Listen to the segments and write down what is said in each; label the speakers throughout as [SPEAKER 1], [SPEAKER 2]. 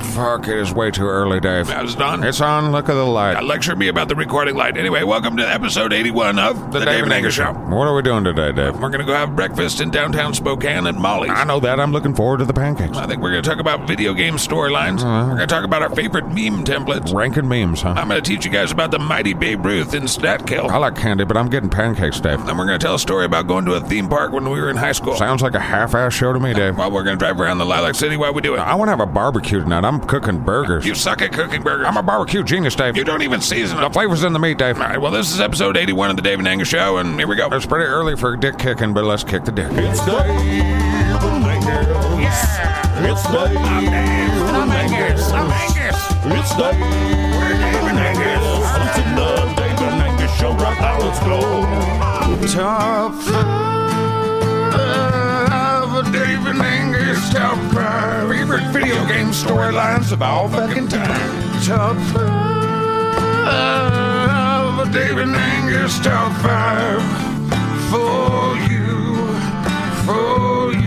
[SPEAKER 1] fuck, it is way too early, Dave.
[SPEAKER 2] Now, is it on?
[SPEAKER 1] It's on, look at the light.
[SPEAKER 2] Now, lecture me about the recording light. Anyway, welcome to episode 81 of The, David Anger Show.
[SPEAKER 1] What are we doing today, Dave?
[SPEAKER 2] We're going to go have breakfast in downtown Spokane at Molly's.
[SPEAKER 1] I know that. I'm looking forward to the pancakes.
[SPEAKER 2] I think we're going to talk about video game storylines. We're going to talk about our favorite meme templates.
[SPEAKER 1] Ranking memes, huh?
[SPEAKER 2] I'm going to teach you guys about the mighty Babe Ruth in Statkill.
[SPEAKER 1] I like candy, but I'm getting pancakes, Dave.
[SPEAKER 2] Then we're going to tell a story about going to a theme park when we were in high school.
[SPEAKER 1] Sounds like a half-ass show to me, Dave.
[SPEAKER 2] While we're going to drive around the Lilac City while we do it.
[SPEAKER 1] I want to have a barbecue tonight. I'm cooking burgers.
[SPEAKER 2] You suck at cooking burgers.
[SPEAKER 1] I'm a barbecue genius, Dave.
[SPEAKER 2] you don't even season
[SPEAKER 1] The
[SPEAKER 2] them.
[SPEAKER 1] flavor's in the meat, Dave.
[SPEAKER 2] All right, well, this is episode 81 of The David Anger Show, and here we go.
[SPEAKER 1] It's pretty early for dick kicking, but let's kick the dick.
[SPEAKER 3] It's Dave and Angus. It's Dave and Angus. It's Dave and Angus. It's the Dave and Angus show right now. Let's go.
[SPEAKER 1] Top five, David Angus. Top five favorite video game storylines of all fucking time. Top five, David Angus. Top five for you, for you.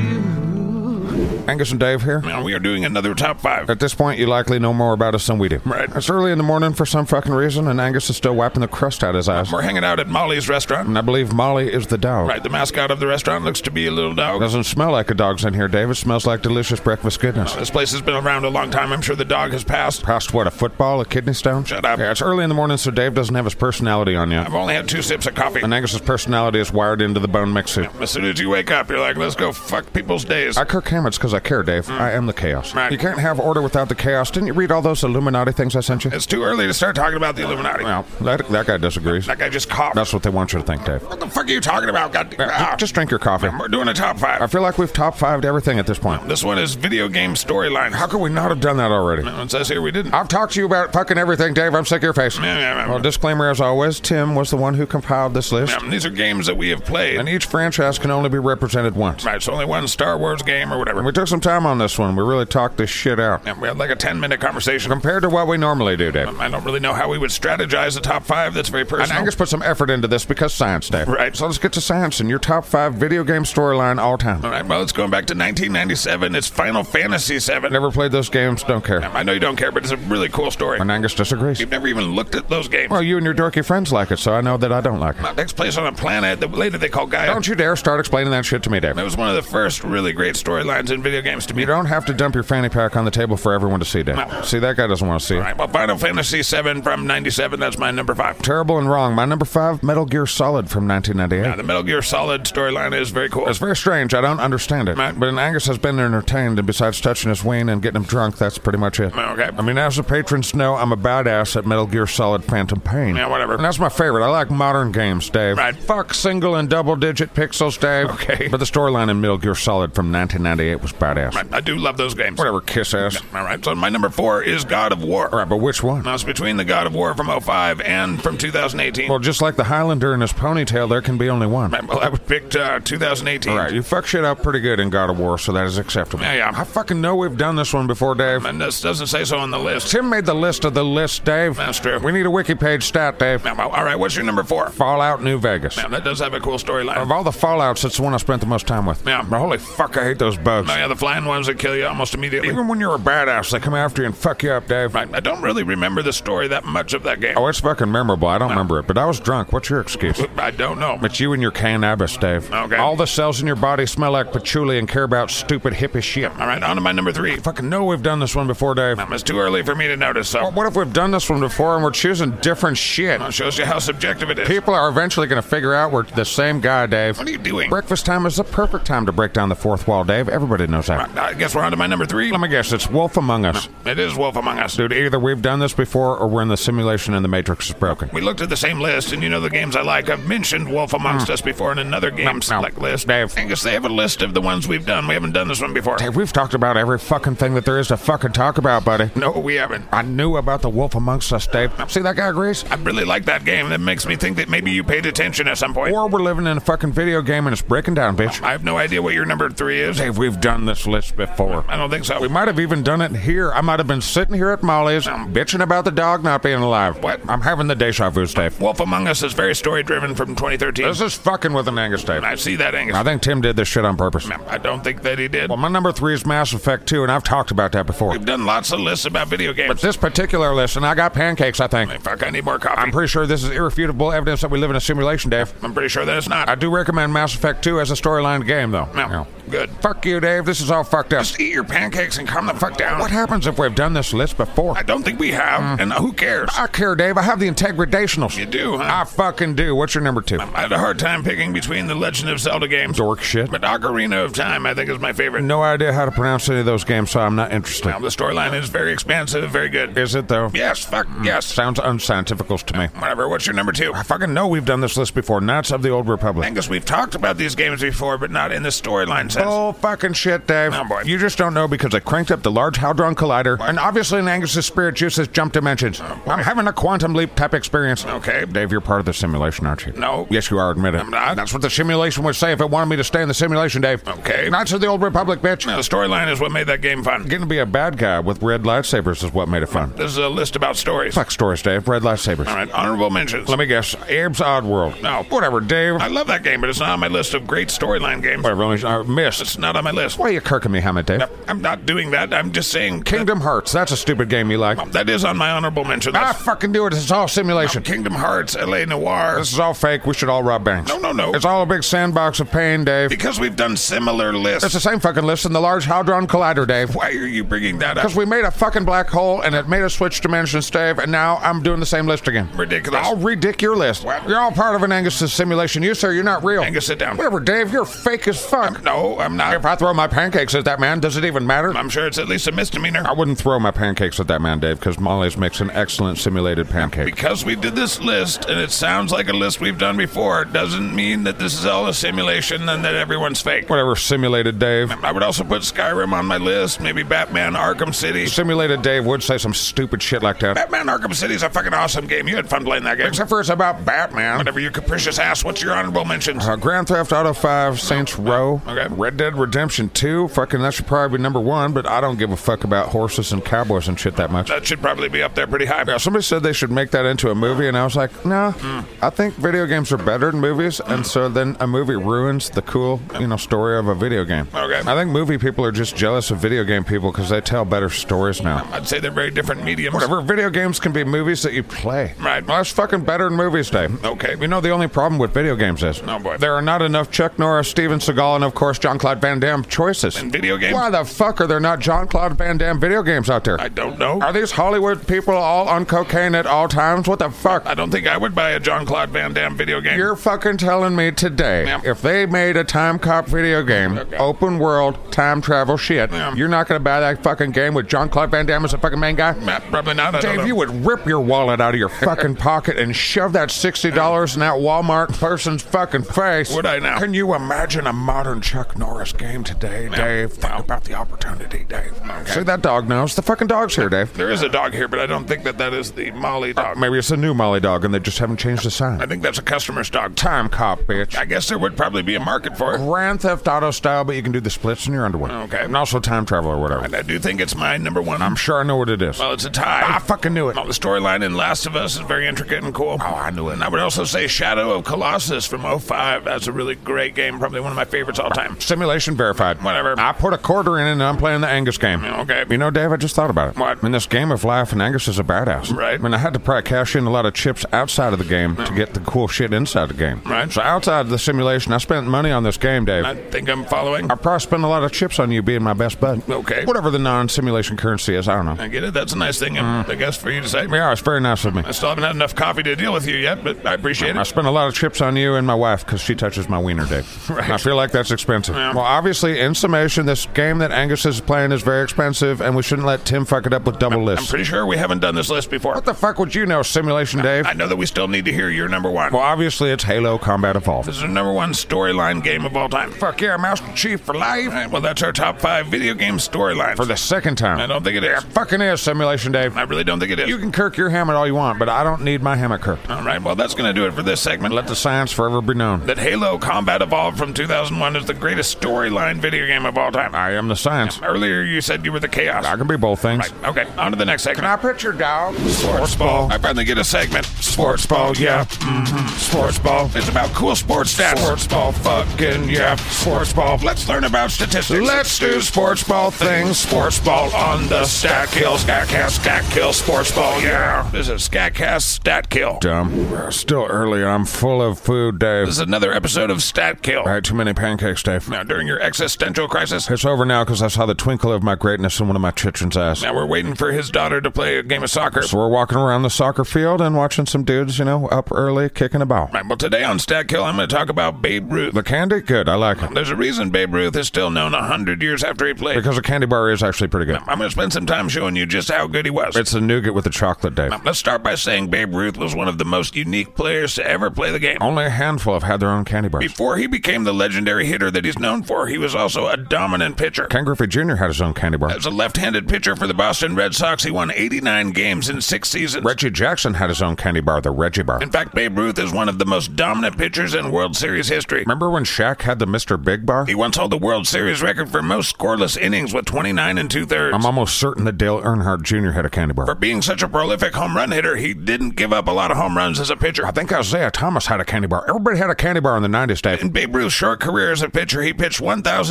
[SPEAKER 1] Angus and Dave here.
[SPEAKER 2] Now, we are doing another top five.
[SPEAKER 1] At this point, you likely know more about us than we do.
[SPEAKER 2] Right.
[SPEAKER 1] It's early in the morning for some fucking reason, and Angus is still wiping the crust out of his eyes.
[SPEAKER 2] We're hanging out at Molly's restaurant.
[SPEAKER 1] And I believe Molly is the dog.
[SPEAKER 2] Right, the mascot of the restaurant looks to be a little dog.
[SPEAKER 1] Doesn't smell like a dog's in here, Dave. It smells like delicious breakfast goodness.
[SPEAKER 2] This place has been around a long time. I'm sure the dog has passed.
[SPEAKER 1] Past what, a football, a kidney stone?
[SPEAKER 2] Shut up.
[SPEAKER 1] Yeah, it's early in the morning, so Dave doesn't have his personality on yet.
[SPEAKER 2] I've only had two sips of coffee.
[SPEAKER 1] And Angus's personality is wired into the bone mix suit.
[SPEAKER 2] As soon as you wake up, you're like, let's go fuck people's days.
[SPEAKER 1] I cook hammocks because I care, Dave. I am the chaos.
[SPEAKER 2] Right.
[SPEAKER 1] You can't have order without the chaos. Didn't you read all those Illuminati things I sent you?
[SPEAKER 2] It's too early to start talking about the Illuminati.
[SPEAKER 1] Well, that, that guy disagrees.
[SPEAKER 2] That guy just coughed.
[SPEAKER 1] That's what they want you to think, Dave.
[SPEAKER 2] What the fuck are you talking about? God,
[SPEAKER 1] Yeah,
[SPEAKER 2] ah.
[SPEAKER 1] Just drink your coffee.
[SPEAKER 2] We're doing a top
[SPEAKER 1] I
[SPEAKER 2] five.
[SPEAKER 1] feel like we've top fived everything at this point.
[SPEAKER 2] This one is video game storyline.
[SPEAKER 1] How could we not have done that already?
[SPEAKER 2] It says here we didn't.
[SPEAKER 1] I've talked to you about fucking everything, Dave. I'm sick of your face.
[SPEAKER 2] Yeah, yeah, yeah.
[SPEAKER 1] Well, disclaimer as always, Tim was the one who compiled this list,
[SPEAKER 2] Um, These are games that we have played.
[SPEAKER 1] and each franchise can only be represented once.
[SPEAKER 2] Right, it's only one Star Wars game or whatever.
[SPEAKER 1] We took some time on this one. We really talked this shit out.
[SPEAKER 2] And we had like a 10 minute conversation.
[SPEAKER 1] Compared to what we normally do, Dave.
[SPEAKER 2] I don't really know how we would strategize the top five. That's very
[SPEAKER 1] And
[SPEAKER 2] personal.
[SPEAKER 1] Angus put some effort into this because science, Dave.
[SPEAKER 2] Right.
[SPEAKER 1] So let's get to science and your top five video game storyline all time.
[SPEAKER 2] All right, well, it's going back to 1997. It's Final Fantasy VII.
[SPEAKER 1] Never played those games, don't care.
[SPEAKER 2] I know you don't care, but it's a really cool story.
[SPEAKER 1] And Angus disagrees.
[SPEAKER 2] You've never even looked at those games.
[SPEAKER 1] Well, you and your dorky friends like it, so I know that I don't like it.
[SPEAKER 2] It takes place on a planet that later they call Gaia.
[SPEAKER 1] Don't you dare start explaining that shit to me, Dave.
[SPEAKER 2] It was one of the first really great storylines in video games to me.
[SPEAKER 1] You don't have to dump your fanny pack on the table for everyone to see, Dave. See, that guy doesn't want to see it.
[SPEAKER 2] All right, well, Final Fantasy VII from 97, that's my number five.
[SPEAKER 1] Terrible and wrong. My number five, Metal Gear Solid from
[SPEAKER 2] Now,
[SPEAKER 1] 1998.
[SPEAKER 2] the Metal Gear Solid storyline is very cool.
[SPEAKER 1] It's very strange. I don't understand it.
[SPEAKER 2] Right.
[SPEAKER 1] But Angus has been entertained, and besides touching his wing and getting him drunk, that's pretty much it.
[SPEAKER 2] Okay.
[SPEAKER 1] I mean, as the patrons know, I'm a badass at Metal Gear Solid Phantom Pain.
[SPEAKER 2] Yeah, whatever.
[SPEAKER 1] And that's my favorite. I like modern games, Dave.
[SPEAKER 2] Right.
[SPEAKER 1] Fuck single and double digit pixels, Dave.
[SPEAKER 2] Okay.
[SPEAKER 1] But the storyline in Metal Gear Solid from 1998 was badass.
[SPEAKER 2] Right, I do love those games.
[SPEAKER 1] Whatever, kiss ass.
[SPEAKER 2] All right, so my number four is God of War.
[SPEAKER 1] All right, but which one?
[SPEAKER 2] Now, it's between the God of War from 05 and from 2018.
[SPEAKER 1] Well, just like the Highlander and his ponytail, there can be only one.
[SPEAKER 2] Right, well, I would pick uh, 2018.
[SPEAKER 1] All right, you fuck shit up pretty good in God of War, so that is acceptable.
[SPEAKER 2] Yeah, yeah.
[SPEAKER 1] I fucking know we've done this one before, Dave.
[SPEAKER 2] And this doesn't say so on the list.
[SPEAKER 1] Tim made the list of the list, Dave.
[SPEAKER 2] That's true.
[SPEAKER 1] We need a wiki page stat, Dave.
[SPEAKER 2] Now, well, all right, what's your number four?
[SPEAKER 1] Fallout New Vegas.
[SPEAKER 2] Now, that does have a cool
[SPEAKER 1] Of
[SPEAKER 2] storyline.
[SPEAKER 1] all the Fallouts, it's the one I spent the most time with.
[SPEAKER 2] Yeah.
[SPEAKER 1] But holy fuck, I hate those bugs.
[SPEAKER 2] Oh, yeah, the flying ones that kill you almost immediately.
[SPEAKER 1] Even when you're a badass, they come after you and fuck you up, Dave.
[SPEAKER 2] Right, I don't really remember the story that much of that game.
[SPEAKER 1] Oh, it's fucking memorable. I don't remember it, but I was drunk. What's your excuse?
[SPEAKER 2] I don't know.
[SPEAKER 1] It's you and your cannabis, Dave.
[SPEAKER 2] Okay.
[SPEAKER 1] All the cells in your body smell like patchouli and care about stupid hippie shit.
[SPEAKER 2] All right, on to my number three.
[SPEAKER 1] Fucking know we've done this one before, Dave.
[SPEAKER 2] It's too early for me to notice, so
[SPEAKER 1] What if we've done this one before and we're choosing different shit?
[SPEAKER 2] it shows you how subjective it is.
[SPEAKER 1] People are eventually going to figure out we're the same guy, Dave.
[SPEAKER 2] What are you doing?
[SPEAKER 1] Breakfast time is the perfect time to break down the fourth wall, Dave. Everybody knows that.
[SPEAKER 2] I guess we're on to my number three.
[SPEAKER 1] Let me guess, it's Wolf Among Us.
[SPEAKER 2] It is Wolf Among Us.
[SPEAKER 1] Dude, either we've done this before or we're in the simulation and the Matrix is broken.
[SPEAKER 2] We looked at the same list, and you know the games I like. I've mentioned Wolf Amongst Us before in another game select list.
[SPEAKER 1] Mm. Dave.
[SPEAKER 2] Angus, they have a list of the ones we've done. We haven't done this one before.
[SPEAKER 1] Dave, we've talked about every fucking thing that there is to fucking talk about, buddy.
[SPEAKER 2] No, we haven't.
[SPEAKER 1] I knew about the Wolf Amongst Us, Dave. See, that guy agrees?
[SPEAKER 2] I really like that game. That makes me think that maybe you paid attention at some point.
[SPEAKER 1] Or we're living in a fucking video game and it's breaking down, bitch.
[SPEAKER 2] I have no idea what your number three is.
[SPEAKER 1] Dave, we've done this list before.
[SPEAKER 2] I don't think so.
[SPEAKER 1] We might have even done it here. I might have been sitting here at Molly's and bitching about the dog not being alive.
[SPEAKER 2] What?
[SPEAKER 1] I'm having the deja vu, Dave.
[SPEAKER 2] Wolf Among Us is very story driven from 2013.
[SPEAKER 1] This is fucking with an Angus, Dave.
[SPEAKER 2] I see that, Angus.
[SPEAKER 1] I think Tim did this shit on purpose.
[SPEAKER 2] I don't think that he did.
[SPEAKER 1] Well, my number three is Mass Effect 2, and I've talked about that before.
[SPEAKER 2] We've done lots of lists about video
[SPEAKER 1] But
[SPEAKER 2] games.
[SPEAKER 1] this particular list, and I got pancakes, I think.
[SPEAKER 2] Fuck, I need more coffee.
[SPEAKER 1] I'm pretty sure this is irrefutable evidence that we live in a simulation, Dave.
[SPEAKER 2] I'm pretty sure that it's not.
[SPEAKER 1] I do recommend Mass Effect 2 as a storyline game, though.
[SPEAKER 2] no.
[SPEAKER 1] No.
[SPEAKER 2] Good.
[SPEAKER 1] Fuck you, Dave. This is all fucked up.
[SPEAKER 2] Just eat your pancakes and calm the fuck down.
[SPEAKER 1] What Mm. happens if we've done this list before?
[SPEAKER 2] I don't think we have, and who cares?
[SPEAKER 1] I care, Dave. I have the integradationals.
[SPEAKER 2] You do, huh?
[SPEAKER 1] I fucking do. What's your number two?
[SPEAKER 2] I had a hard time picking between the Legend of Zelda games,
[SPEAKER 1] Dork shit.
[SPEAKER 2] but Ocarina of Time I think is my favorite.
[SPEAKER 1] No idea how to pronounce any of those games, so I'm not interested.
[SPEAKER 2] Now, the storyline is very expansive, very good.
[SPEAKER 1] Is it, though?
[SPEAKER 2] Yes, fuck, yes.
[SPEAKER 1] Sounds unscientifical to me.
[SPEAKER 2] Whatever, what's your number two?
[SPEAKER 1] Mm. I fucking know we've done this list before. Knights of the Old Republic.
[SPEAKER 2] Angus, we've talked about these games before, but not in the storyline sense.
[SPEAKER 1] Oh, fucking shit, Dave.
[SPEAKER 2] Oh, boy.
[SPEAKER 1] You just don't know because I cranked up the Large Hadron Collider, and obviously an Angus's spirit juices jump dimensions.
[SPEAKER 2] Oh,
[SPEAKER 1] I'm having a quantum leap type experience.
[SPEAKER 2] Okay.
[SPEAKER 1] Dave, you're part of the simulation, aren't you?
[SPEAKER 2] No.
[SPEAKER 1] Yes, you are, admit it.
[SPEAKER 2] I'm not.
[SPEAKER 1] That's what the simulation would say if it wanted me to stay in the simulation, Dave.
[SPEAKER 2] Okay.
[SPEAKER 1] Knights of the Old Republic, bitch.
[SPEAKER 2] The storyline is what made that game fun.
[SPEAKER 1] Getting to be a bad guy with red lightsabers is what made it fun.
[SPEAKER 2] This is a list about stories.
[SPEAKER 1] Fuck stories, Dave. Red lightsabers.
[SPEAKER 2] All right, honorable mentions.
[SPEAKER 1] Let me guess. Abe's Odd World.
[SPEAKER 2] No.
[SPEAKER 1] Whatever, Dave.
[SPEAKER 2] I love that game, but it's not on my list of great storyline games.
[SPEAKER 1] Whatever, only- I missed.
[SPEAKER 2] It's not on my list.
[SPEAKER 1] Why are you kirking me, Hammett, Dave?
[SPEAKER 2] I'm not doing that. I'm just saying.
[SPEAKER 1] Kingdom Hearts. That's a stupid game you like.
[SPEAKER 2] that- that is on my honorable mention
[SPEAKER 1] I
[SPEAKER 2] list.
[SPEAKER 1] fucking do it. It's all simulation.
[SPEAKER 2] Kingdom Hearts, LA Noir.
[SPEAKER 1] This is all fake. We should all rob banks.
[SPEAKER 2] No, no, no.
[SPEAKER 1] It's all a big sandbox of pain, Dave.
[SPEAKER 2] Because we've done similar
[SPEAKER 1] It's the
[SPEAKER 2] lists.
[SPEAKER 1] same fucking list in the Large Hadron Collider, Dave.
[SPEAKER 2] Why are you bringing that up?
[SPEAKER 1] Because we made a fucking black hole and it made us switch dimensions, Dave, and now I'm doing the same list again.
[SPEAKER 2] Ridiculous.
[SPEAKER 1] I'll redick your list.
[SPEAKER 2] What?
[SPEAKER 1] You're all part of an Angus simulation. You, sir, you're not real.
[SPEAKER 2] Angus, sit down.
[SPEAKER 1] Whatever, Dave, you're fake as fuck.
[SPEAKER 2] No, I'm not.
[SPEAKER 1] If I throw my pancakes at that man, does it even matter?
[SPEAKER 2] I'm sure it's at least a misdemeanor.
[SPEAKER 1] I wouldn't throw my pancakes at that man, Dave, because Molly's makes an excellent simulated pancake.
[SPEAKER 2] Because we did this list, and it sounds like a list we've done before, doesn't mean that this is all a simulation and that everyone's fake.
[SPEAKER 1] Whatever, simulated Dave.
[SPEAKER 2] I would also put Skyrim on my list, maybe Batman Arkham City.
[SPEAKER 1] Simulated Dave would say some stupid shit like that.
[SPEAKER 2] Batman Arkham City is a fucking awesome game. You had fun playing that game.
[SPEAKER 1] Except for it's about Batman.
[SPEAKER 2] Whatever your capricious ass, what's your honorable mentions?
[SPEAKER 1] Uh, Grand Theft Auto 5, Saints Row,
[SPEAKER 2] Okay.
[SPEAKER 1] Red Dead Redemption 2. Fucking, that should probably be number one, but I don't give a fuck about horses and cowboys and shit that much.
[SPEAKER 2] That should probably be up there pretty high.
[SPEAKER 1] Yeah, somebody said they should make that into a movie, and I was like, no, I think video games are better than movies, and so then a movie ruins the cool, you know, story of a video game.
[SPEAKER 2] Okay.
[SPEAKER 1] I think movie people are just jealous of video game people because they tell better stories now.
[SPEAKER 2] I'd say they're very different mediums.
[SPEAKER 1] Whatever, video games can be movies that you play.
[SPEAKER 2] Right.
[SPEAKER 1] Well, that's fucking better than movies, Dave.
[SPEAKER 2] Okay.
[SPEAKER 1] You know, the only problem with video games is
[SPEAKER 2] Oh, boy.
[SPEAKER 1] there are not enough Chuck Norris, Steven Seagal, and of course, John Claude Van Damme choices.
[SPEAKER 2] In video games?
[SPEAKER 1] Why the fuck are there not John Claude Van Damme video games out there?
[SPEAKER 2] I don't know.
[SPEAKER 1] Are these Hollywood people all on cocaine at all times? What the fuck?
[SPEAKER 2] I don't think I would buy a John Claude Van Damme video game.
[SPEAKER 1] You're fucking telling me today
[SPEAKER 2] Yeah.
[SPEAKER 1] if they made a time cop video game,
[SPEAKER 2] Okay.
[SPEAKER 1] open world time travel shit,
[SPEAKER 2] Yeah.
[SPEAKER 1] you're not gonna buy that fucking game with John Claude Van Damme as the fucking main guy?
[SPEAKER 2] Nah, probably not. I don't
[SPEAKER 1] Dave,
[SPEAKER 2] know.
[SPEAKER 1] you would rip your wallet out of your fucking pocket and shove that sixty dollars in that Walmart person's fucking face.
[SPEAKER 2] Would I now?
[SPEAKER 1] Can you imagine a modern Chuck Norris game today, Dave? Think about the opportunity, Dave. See that dog knows. The fucking dog's here, Dave.
[SPEAKER 2] There is a dog here, but I don't think that that is the Molly dog.
[SPEAKER 1] Maybe it's a new Molly dog and they just haven't changed the
[SPEAKER 2] I
[SPEAKER 1] sign.
[SPEAKER 2] think that's a customer's dog.
[SPEAKER 1] Time cop, bitch.
[SPEAKER 2] I guess there would probably be a market for it.
[SPEAKER 1] Grand Theft Auto style, but you can do the splits in your underwear.
[SPEAKER 2] Okay.
[SPEAKER 1] And also time travel or whatever.
[SPEAKER 2] And I do think it's my number one.
[SPEAKER 1] I'm sure I know what it is.
[SPEAKER 2] well, it's a tie.
[SPEAKER 1] I fucking knew it.
[SPEAKER 2] Well, the storyline in Last of Us is very intricate and cool. Oh, I knew it. And I would also say Shadow of Colossus from 05. That's a really great game, probably one of my favorites all time.
[SPEAKER 1] Simulation verified.
[SPEAKER 2] Whatever.
[SPEAKER 1] I put a quarter in it and I'm playing the Angus game.
[SPEAKER 2] Okay.
[SPEAKER 1] You know, Dave, I just thought about it.
[SPEAKER 2] What?
[SPEAKER 1] I mean, this game of life, and Angus is a badass.
[SPEAKER 2] Right.
[SPEAKER 1] I mean, I had to probably cash in a lot of chips outside of the game to get the cool shit inside the game.
[SPEAKER 2] Right.
[SPEAKER 1] So outside of the simulation, I spent money on this game, Dave.
[SPEAKER 2] I
[SPEAKER 1] I-
[SPEAKER 2] think I'm following.
[SPEAKER 1] probably spent a lot of chips on you being my best bud.
[SPEAKER 2] Okay.
[SPEAKER 1] Whatever the non-simulation currency is, I don't know.
[SPEAKER 2] I get it. That's a nice thing,
[SPEAKER 1] Mm.
[SPEAKER 2] um, I guess, for you Uh, to say.
[SPEAKER 1] Yeah, it's very nice of me.
[SPEAKER 2] I still haven't had enough coffee to deal with you yet, but I appreciate
[SPEAKER 1] I
[SPEAKER 2] it.
[SPEAKER 1] spent a lot of chips on you and my wife because she touches my wiener, Dave.
[SPEAKER 2] Right.
[SPEAKER 1] I feel like that's expensive.
[SPEAKER 2] Yeah.
[SPEAKER 1] Well, obviously, in summation, this game that Angus is playing is very expensive, and we shouldn't let Tim fuck it up with double
[SPEAKER 2] I'm
[SPEAKER 1] lists.
[SPEAKER 2] pretty sure we haven't done this list before.
[SPEAKER 1] what the fuck would you know, Simulation Dave?
[SPEAKER 2] I know that we still need to hear your number one.
[SPEAKER 1] well, obviously, it's Halo Combat Evolved.
[SPEAKER 2] This is the number one storyline game of all time.
[SPEAKER 1] Fuck yeah, Master Chief for
[SPEAKER 2] All
[SPEAKER 1] life.
[SPEAKER 2] right, well, that's our top five video game storylines.
[SPEAKER 1] For the second time.
[SPEAKER 2] I don't think it is.
[SPEAKER 1] Fucking is, Simulation Dave.
[SPEAKER 2] I really don't think it is.
[SPEAKER 1] You can kirk your hammock all you want, but I don't need my hammock kirked.
[SPEAKER 2] All right, well, that's going to do it for this segment.
[SPEAKER 1] Let the science forever be known.
[SPEAKER 2] that Halo Combat Evolved from 2001 is the greatest greatest storyline video game of all time.
[SPEAKER 1] I am the science.
[SPEAKER 2] Earlier, you said you were the chaos.
[SPEAKER 1] I can be both things.
[SPEAKER 2] Right. Okay. On to the next segment.
[SPEAKER 1] put your dog?
[SPEAKER 2] Sports ball. I finally get a segment. Sports ball, yeah. Mm-hmm. Sports ball. It's about cool sports stats. Sports ball, fucking yeah. Sports ball. Let's learn about statistics. Let's do sports ball things. Sports ball on the stat kill. Stat cast, stat kill. Sports ball, yeah. This is stat cast, stat kill.
[SPEAKER 1] Dumb. We're still early. I'm full of food, Dave.
[SPEAKER 2] This is another episode of stat kill.
[SPEAKER 1] I had too many pancakes, Dave.
[SPEAKER 2] Now, during your existential crisis,
[SPEAKER 1] It's over now because I saw the twinkle of my greatness in one of my children's eyes.
[SPEAKER 2] now we're waiting for his daughter to play a game of soccer.
[SPEAKER 1] So we're walking around the soccer field and watching some dudes, you know, up early kicking a ball.
[SPEAKER 2] Right, well, today on Stat Kill, I'm going to talk about Babe Ruth.
[SPEAKER 1] The candy? Good. I like it.
[SPEAKER 2] There's a reason Babe Ruth is still known a hundred years after he played.
[SPEAKER 1] Because the candy bar is actually pretty good.
[SPEAKER 2] I'm going to spend some time showing you just how good he was.
[SPEAKER 1] It's the nougat with the chocolate, Dave.
[SPEAKER 2] Let's start by saying Babe Ruth was one of the most unique players to ever play the game.
[SPEAKER 1] Only a handful have had their own candy bars.
[SPEAKER 2] Before he became the legendary hitter that he's known for, he was also a dominant pitcher.
[SPEAKER 1] Ken Griffey Jr. had his own candy bar.
[SPEAKER 2] As a left-handed pitcher for the Boston Red Sox, he won 89 games in six seasons.
[SPEAKER 1] Reggie Jackson had his own candy bar, the Reggie bar.
[SPEAKER 2] In fact, Babe Ruth is one of the most dominant pitchers in World Series history.
[SPEAKER 1] Remember when Shaq had the Mr. Big bar?
[SPEAKER 2] He once held the World Series record for most scoreless innings with 29 and two-thirds.
[SPEAKER 1] I'm almost certain that Dale Earnhardt Jr. had a candy
[SPEAKER 2] For
[SPEAKER 1] bar.
[SPEAKER 2] being such a prolific home run hitter, he didn't give up a lot of home runs as a pitcher.
[SPEAKER 1] I think Isaiah Thomas had a candy bar. Everybody had a candy bar in the 90s, Dave.
[SPEAKER 2] In Babe Ruth's short career as a pitcher, he pitched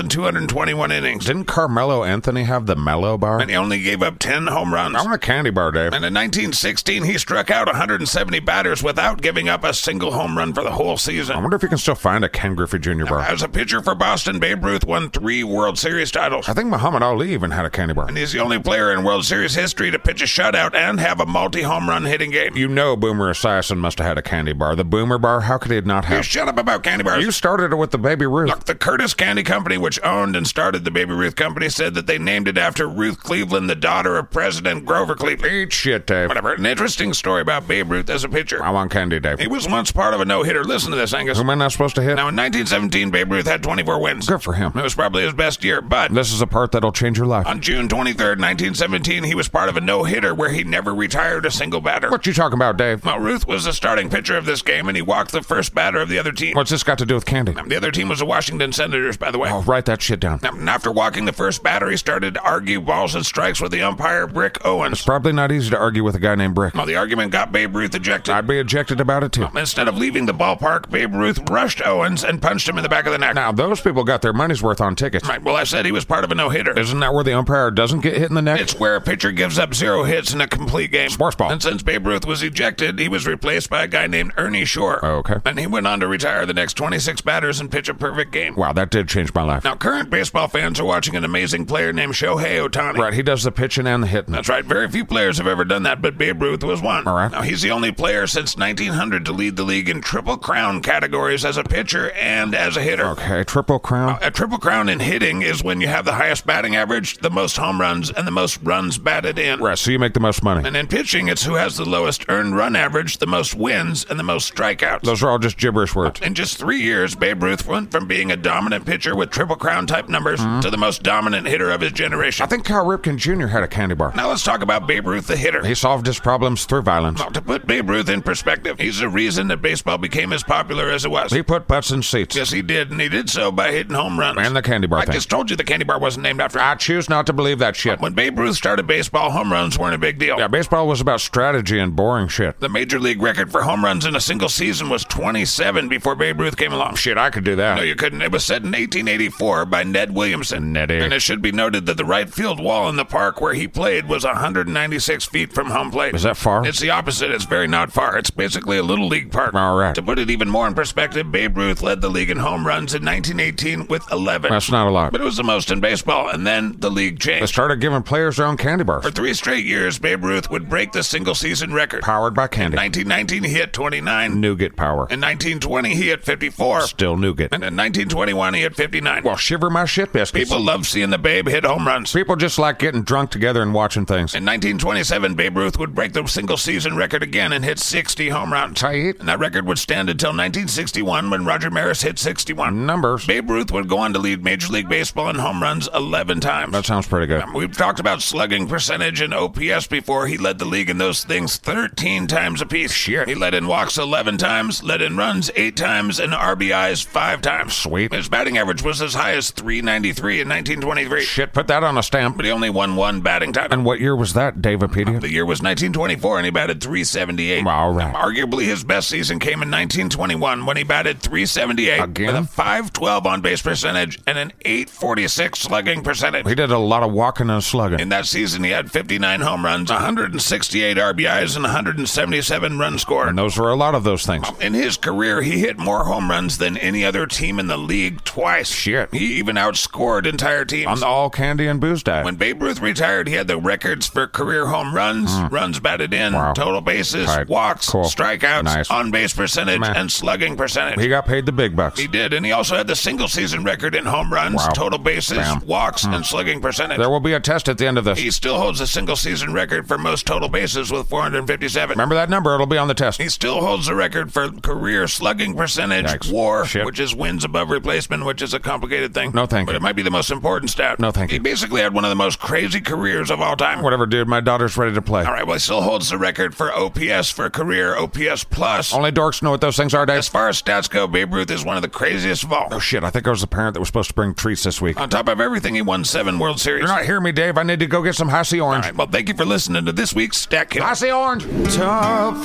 [SPEAKER 2] 1,221 innings,
[SPEAKER 1] Didn't Carmelo Anthony have the Mellow bar?
[SPEAKER 2] and he only gave up 10 home runs.
[SPEAKER 1] I want a candy bar, Dave.
[SPEAKER 2] And in 1916, he struck out 170 batters without giving up a single home run for the whole
[SPEAKER 1] I
[SPEAKER 2] season.
[SPEAKER 1] wonder if you can still find a Ken Griffey Jr. bar.
[SPEAKER 2] As a pitcher for Boston, Babe Ruth won three World Series titles.
[SPEAKER 1] I think Muhammad Ali even had a candy bar.
[SPEAKER 2] And he's the only player in World Series history to pitch a shutout and have a multi home run hitting game. You,
[SPEAKER 1] You know Boomer Esiason must have had a candy bar. The Boomer bar, how could he not
[SPEAKER 2] you
[SPEAKER 1] have?
[SPEAKER 2] shut up about candy bars.
[SPEAKER 1] You started it with the Baby Ruth.
[SPEAKER 2] Look, the Curtis Candy Company, which owned and started the Baby Ruth Company, said that they named it after Ruth Cleveland, the daughter of President Grover Cleveland.
[SPEAKER 1] Eat shit, Dave.
[SPEAKER 2] Whatever. An interesting story about Babe Ruth as a pitcher.
[SPEAKER 1] I want candy, Dave.
[SPEAKER 2] He was once part of a no hitter. Listen to this, Angus.
[SPEAKER 1] Who am I not supposed to hit?
[SPEAKER 2] Now, in 1917, Babe Ruth had 24 wins.
[SPEAKER 1] Good for him.
[SPEAKER 2] It was probably his best year, but
[SPEAKER 1] This is a part that'll change your life.
[SPEAKER 2] on June 23rd, 1917, he was part of a no hitter where he never retired a single batter.
[SPEAKER 1] What you talking about, Dave?
[SPEAKER 2] Well, Ruth was the starting pitcher of this game, and he walked the first batter of the other team.
[SPEAKER 1] What's this got to do with candy?
[SPEAKER 2] The other team was the Washington Senators, by the way.
[SPEAKER 1] Oh, write that shit down.
[SPEAKER 2] And after walking the first batter, he started to argue balls and strikes with the umpire, Brick Owens.
[SPEAKER 1] Probably not easy to argue with a guy named Brick.
[SPEAKER 2] Well, the argument got Babe Ruth ejected.
[SPEAKER 1] I'd be ejected about it too.
[SPEAKER 2] Instead of leaving the ballpark, Babe Ruth rushed Owens and punched him in the back of the neck.
[SPEAKER 1] Now those people got their money's worth on tickets.
[SPEAKER 2] Right, well, I said he was part of a no hitter.
[SPEAKER 1] Isn't that where the umpire doesn't get hit in the neck?
[SPEAKER 2] It's where a pitcher gives up zero hits in a complete game.
[SPEAKER 1] Sports ball.
[SPEAKER 2] And since Babe Ruth was ejected, he was replaced by a guy named Ernie Shore.
[SPEAKER 1] Okay.
[SPEAKER 2] And he went on to retire the next 26 batters and pitch a perfect game.
[SPEAKER 1] Wow, that did change my life.
[SPEAKER 2] Now, current baseball fans are watching an amazing player named Shohei Otani.
[SPEAKER 1] Right, he does the pitching and the hitting.
[SPEAKER 2] That's right. Very few players have ever done that, but Babe Ruth was one.
[SPEAKER 1] All right.
[SPEAKER 2] Now, he's the only player since 1900 to lead the league in triple crown categories as a pitcher and as a hitter.
[SPEAKER 1] Okay, triple crown.
[SPEAKER 2] A triple crown in hitting is when you have the highest batting average, the most home runs, and the most runs batted in.
[SPEAKER 1] Right, so you make the most money.
[SPEAKER 2] And in pitching, it's who has the lowest earned run average, the most wins, and the most strikeouts.
[SPEAKER 1] Those are all just gibberish words.
[SPEAKER 2] in just three years, Babe Ruth went from being a dominant pitcher with triple crown type numbers
[SPEAKER 1] Mm-hmm.
[SPEAKER 2] to the most dominant hitter of his generation.
[SPEAKER 1] I think Cal Ripken Jr. had a candy bar.
[SPEAKER 2] now let's talk about Babe Ruth, the hitter.
[SPEAKER 1] He solved his problems through violence.
[SPEAKER 2] Well, to put Babe Ruth in perspective, he's the reason that baseball became as popular as it was.
[SPEAKER 1] He put butts in seats
[SPEAKER 2] Yes, he did, and he did so by hitting home runs.
[SPEAKER 1] and the candy bar
[SPEAKER 2] I
[SPEAKER 1] thing.
[SPEAKER 2] just told you the candy bar wasn't named after him.
[SPEAKER 1] I choose not to believe that shit.
[SPEAKER 2] When Babe Ruth started baseball, home runs weren't a big deal.
[SPEAKER 1] Yeah, baseball was about strategy and boring shit.
[SPEAKER 2] The major league record for home runs in a single season was 27 before Babe Ruth came along.
[SPEAKER 1] Shit, I could do
[SPEAKER 2] No,
[SPEAKER 1] that.
[SPEAKER 2] you couldn't. It was set in 1884 by Ned Williamson.
[SPEAKER 1] Nettie.
[SPEAKER 2] And it should be noted that the right field wall in the park where he played was 196 feet from home plate.
[SPEAKER 1] Is that far?
[SPEAKER 2] It's the opposite. It's very not far. It's basically a little league park.
[SPEAKER 1] All right.
[SPEAKER 2] To put it even more in perspective, Babe Ruth led the league in home runs in 1918 with 11.
[SPEAKER 1] That's not a lot.
[SPEAKER 2] But it was the most in baseball, and then the league
[SPEAKER 1] They
[SPEAKER 2] changed.
[SPEAKER 1] started giving players their own candy
[SPEAKER 2] For
[SPEAKER 1] bars,
[SPEAKER 2] three straight years, Babe Ruth would break the single season record.
[SPEAKER 1] powered by candy.
[SPEAKER 2] 1919, he hit 29.
[SPEAKER 1] Nougat power.
[SPEAKER 2] In 1920, he hit 54.
[SPEAKER 1] Still nougat.
[SPEAKER 2] And in 1921, he hit 59.
[SPEAKER 1] Well, shiver my shit biscuits.
[SPEAKER 2] People love seeing the Babe hit home runs.
[SPEAKER 1] People just like getting drunk together and watching things.
[SPEAKER 2] In 1927, Babe Ruth would break the single season record again and hit 60 home runs.
[SPEAKER 1] Tight.
[SPEAKER 2] And that record would stand until 1961 when Roger Maris hit 61.
[SPEAKER 1] Numbers.
[SPEAKER 2] Babe Ruth would go on to lead Major League Baseball in home runs 11 times.
[SPEAKER 1] That sounds pretty good.
[SPEAKER 2] We've talked about slugging percentage and OPS before. He led the league in those things 13 times apiece. Shit. He led in walks 11 times, led in runs 8 times, and RBIs 5 times.
[SPEAKER 1] Sweet.
[SPEAKER 2] His batting batting average was as high as 393 in 1923.
[SPEAKER 1] Shit, put that on a stamp.
[SPEAKER 2] But he only won one batting title.
[SPEAKER 1] And what year was that, Davipedia?
[SPEAKER 2] The year was 1924, and he batted 378.
[SPEAKER 1] All right.
[SPEAKER 2] Arguably, his best season came in 1921 when he batted 378
[SPEAKER 1] Again?
[SPEAKER 2] with a 512 on base percentage and an 846 slugging percentage.
[SPEAKER 1] He did a lot of walking and slugging.
[SPEAKER 2] In that season, he had 59 home runs, 168 RBIs, and 177 runs
[SPEAKER 1] and
[SPEAKER 2] scored.
[SPEAKER 1] those were a lot of those things.
[SPEAKER 2] In his career, he hit more home runs than any other team in the league twice.
[SPEAKER 1] Shit.
[SPEAKER 2] He even outscored entire teams.
[SPEAKER 1] On the all candy and booze diet.
[SPEAKER 2] When Babe Ruth retired, he had the records for career home runs, runs batted in,
[SPEAKER 1] Hmm. Wow.
[SPEAKER 2] total bases,
[SPEAKER 1] Tight.
[SPEAKER 2] walks,
[SPEAKER 1] Cool.
[SPEAKER 2] strikeouts,
[SPEAKER 1] Nice.
[SPEAKER 2] on base percentage,
[SPEAKER 1] Man.
[SPEAKER 2] and slugging percentage.
[SPEAKER 1] he
[SPEAKER 2] He-
[SPEAKER 1] got paid the big bucks.
[SPEAKER 2] did, and he also had the single season record in home runs,
[SPEAKER 1] Wow.
[SPEAKER 2] total bases,
[SPEAKER 1] Bam.
[SPEAKER 2] walks, and slugging percentage.
[SPEAKER 1] There will be a test at the end of this.
[SPEAKER 2] He still holds a single season record for most total bases with 457.
[SPEAKER 1] Remember that number, it'll be on the test.
[SPEAKER 2] He still holds the record for career slugging percentage,
[SPEAKER 1] Yikes.
[SPEAKER 2] war,
[SPEAKER 1] Shit.
[SPEAKER 2] which is wins above replacement, which is a complicated thing.
[SPEAKER 1] No, thank
[SPEAKER 2] But
[SPEAKER 1] you.
[SPEAKER 2] it might be the most important stat.
[SPEAKER 1] No, thank
[SPEAKER 2] He
[SPEAKER 1] you.
[SPEAKER 2] basically had one of the most crazy careers of all time.
[SPEAKER 1] Whatever, dude, my daughter's ready to play.
[SPEAKER 2] All right, well, he still holds the record for OPS for career, OPS plus.
[SPEAKER 1] Only dorks know what those things are,
[SPEAKER 2] As
[SPEAKER 1] Dave.
[SPEAKER 2] far as stats go, Babe Ruth is one of the craziest of all.
[SPEAKER 1] Oh, shit, I think I was the parent that was supposed to bring treats this week.
[SPEAKER 2] On top of everything, he won seven World Series.
[SPEAKER 1] You're not hearing me, Dave. I need to go get some Hasi Orange.
[SPEAKER 2] All right, well, thank you for listening to this week's Stack Hill.
[SPEAKER 1] Hasi Orange! Top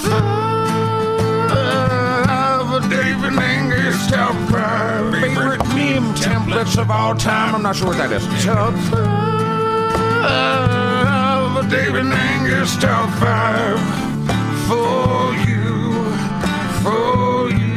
[SPEAKER 1] five David Angus, top five favorite meme templates of all time. I'm not sure what that is. Top five David Angus, top five for you, for you.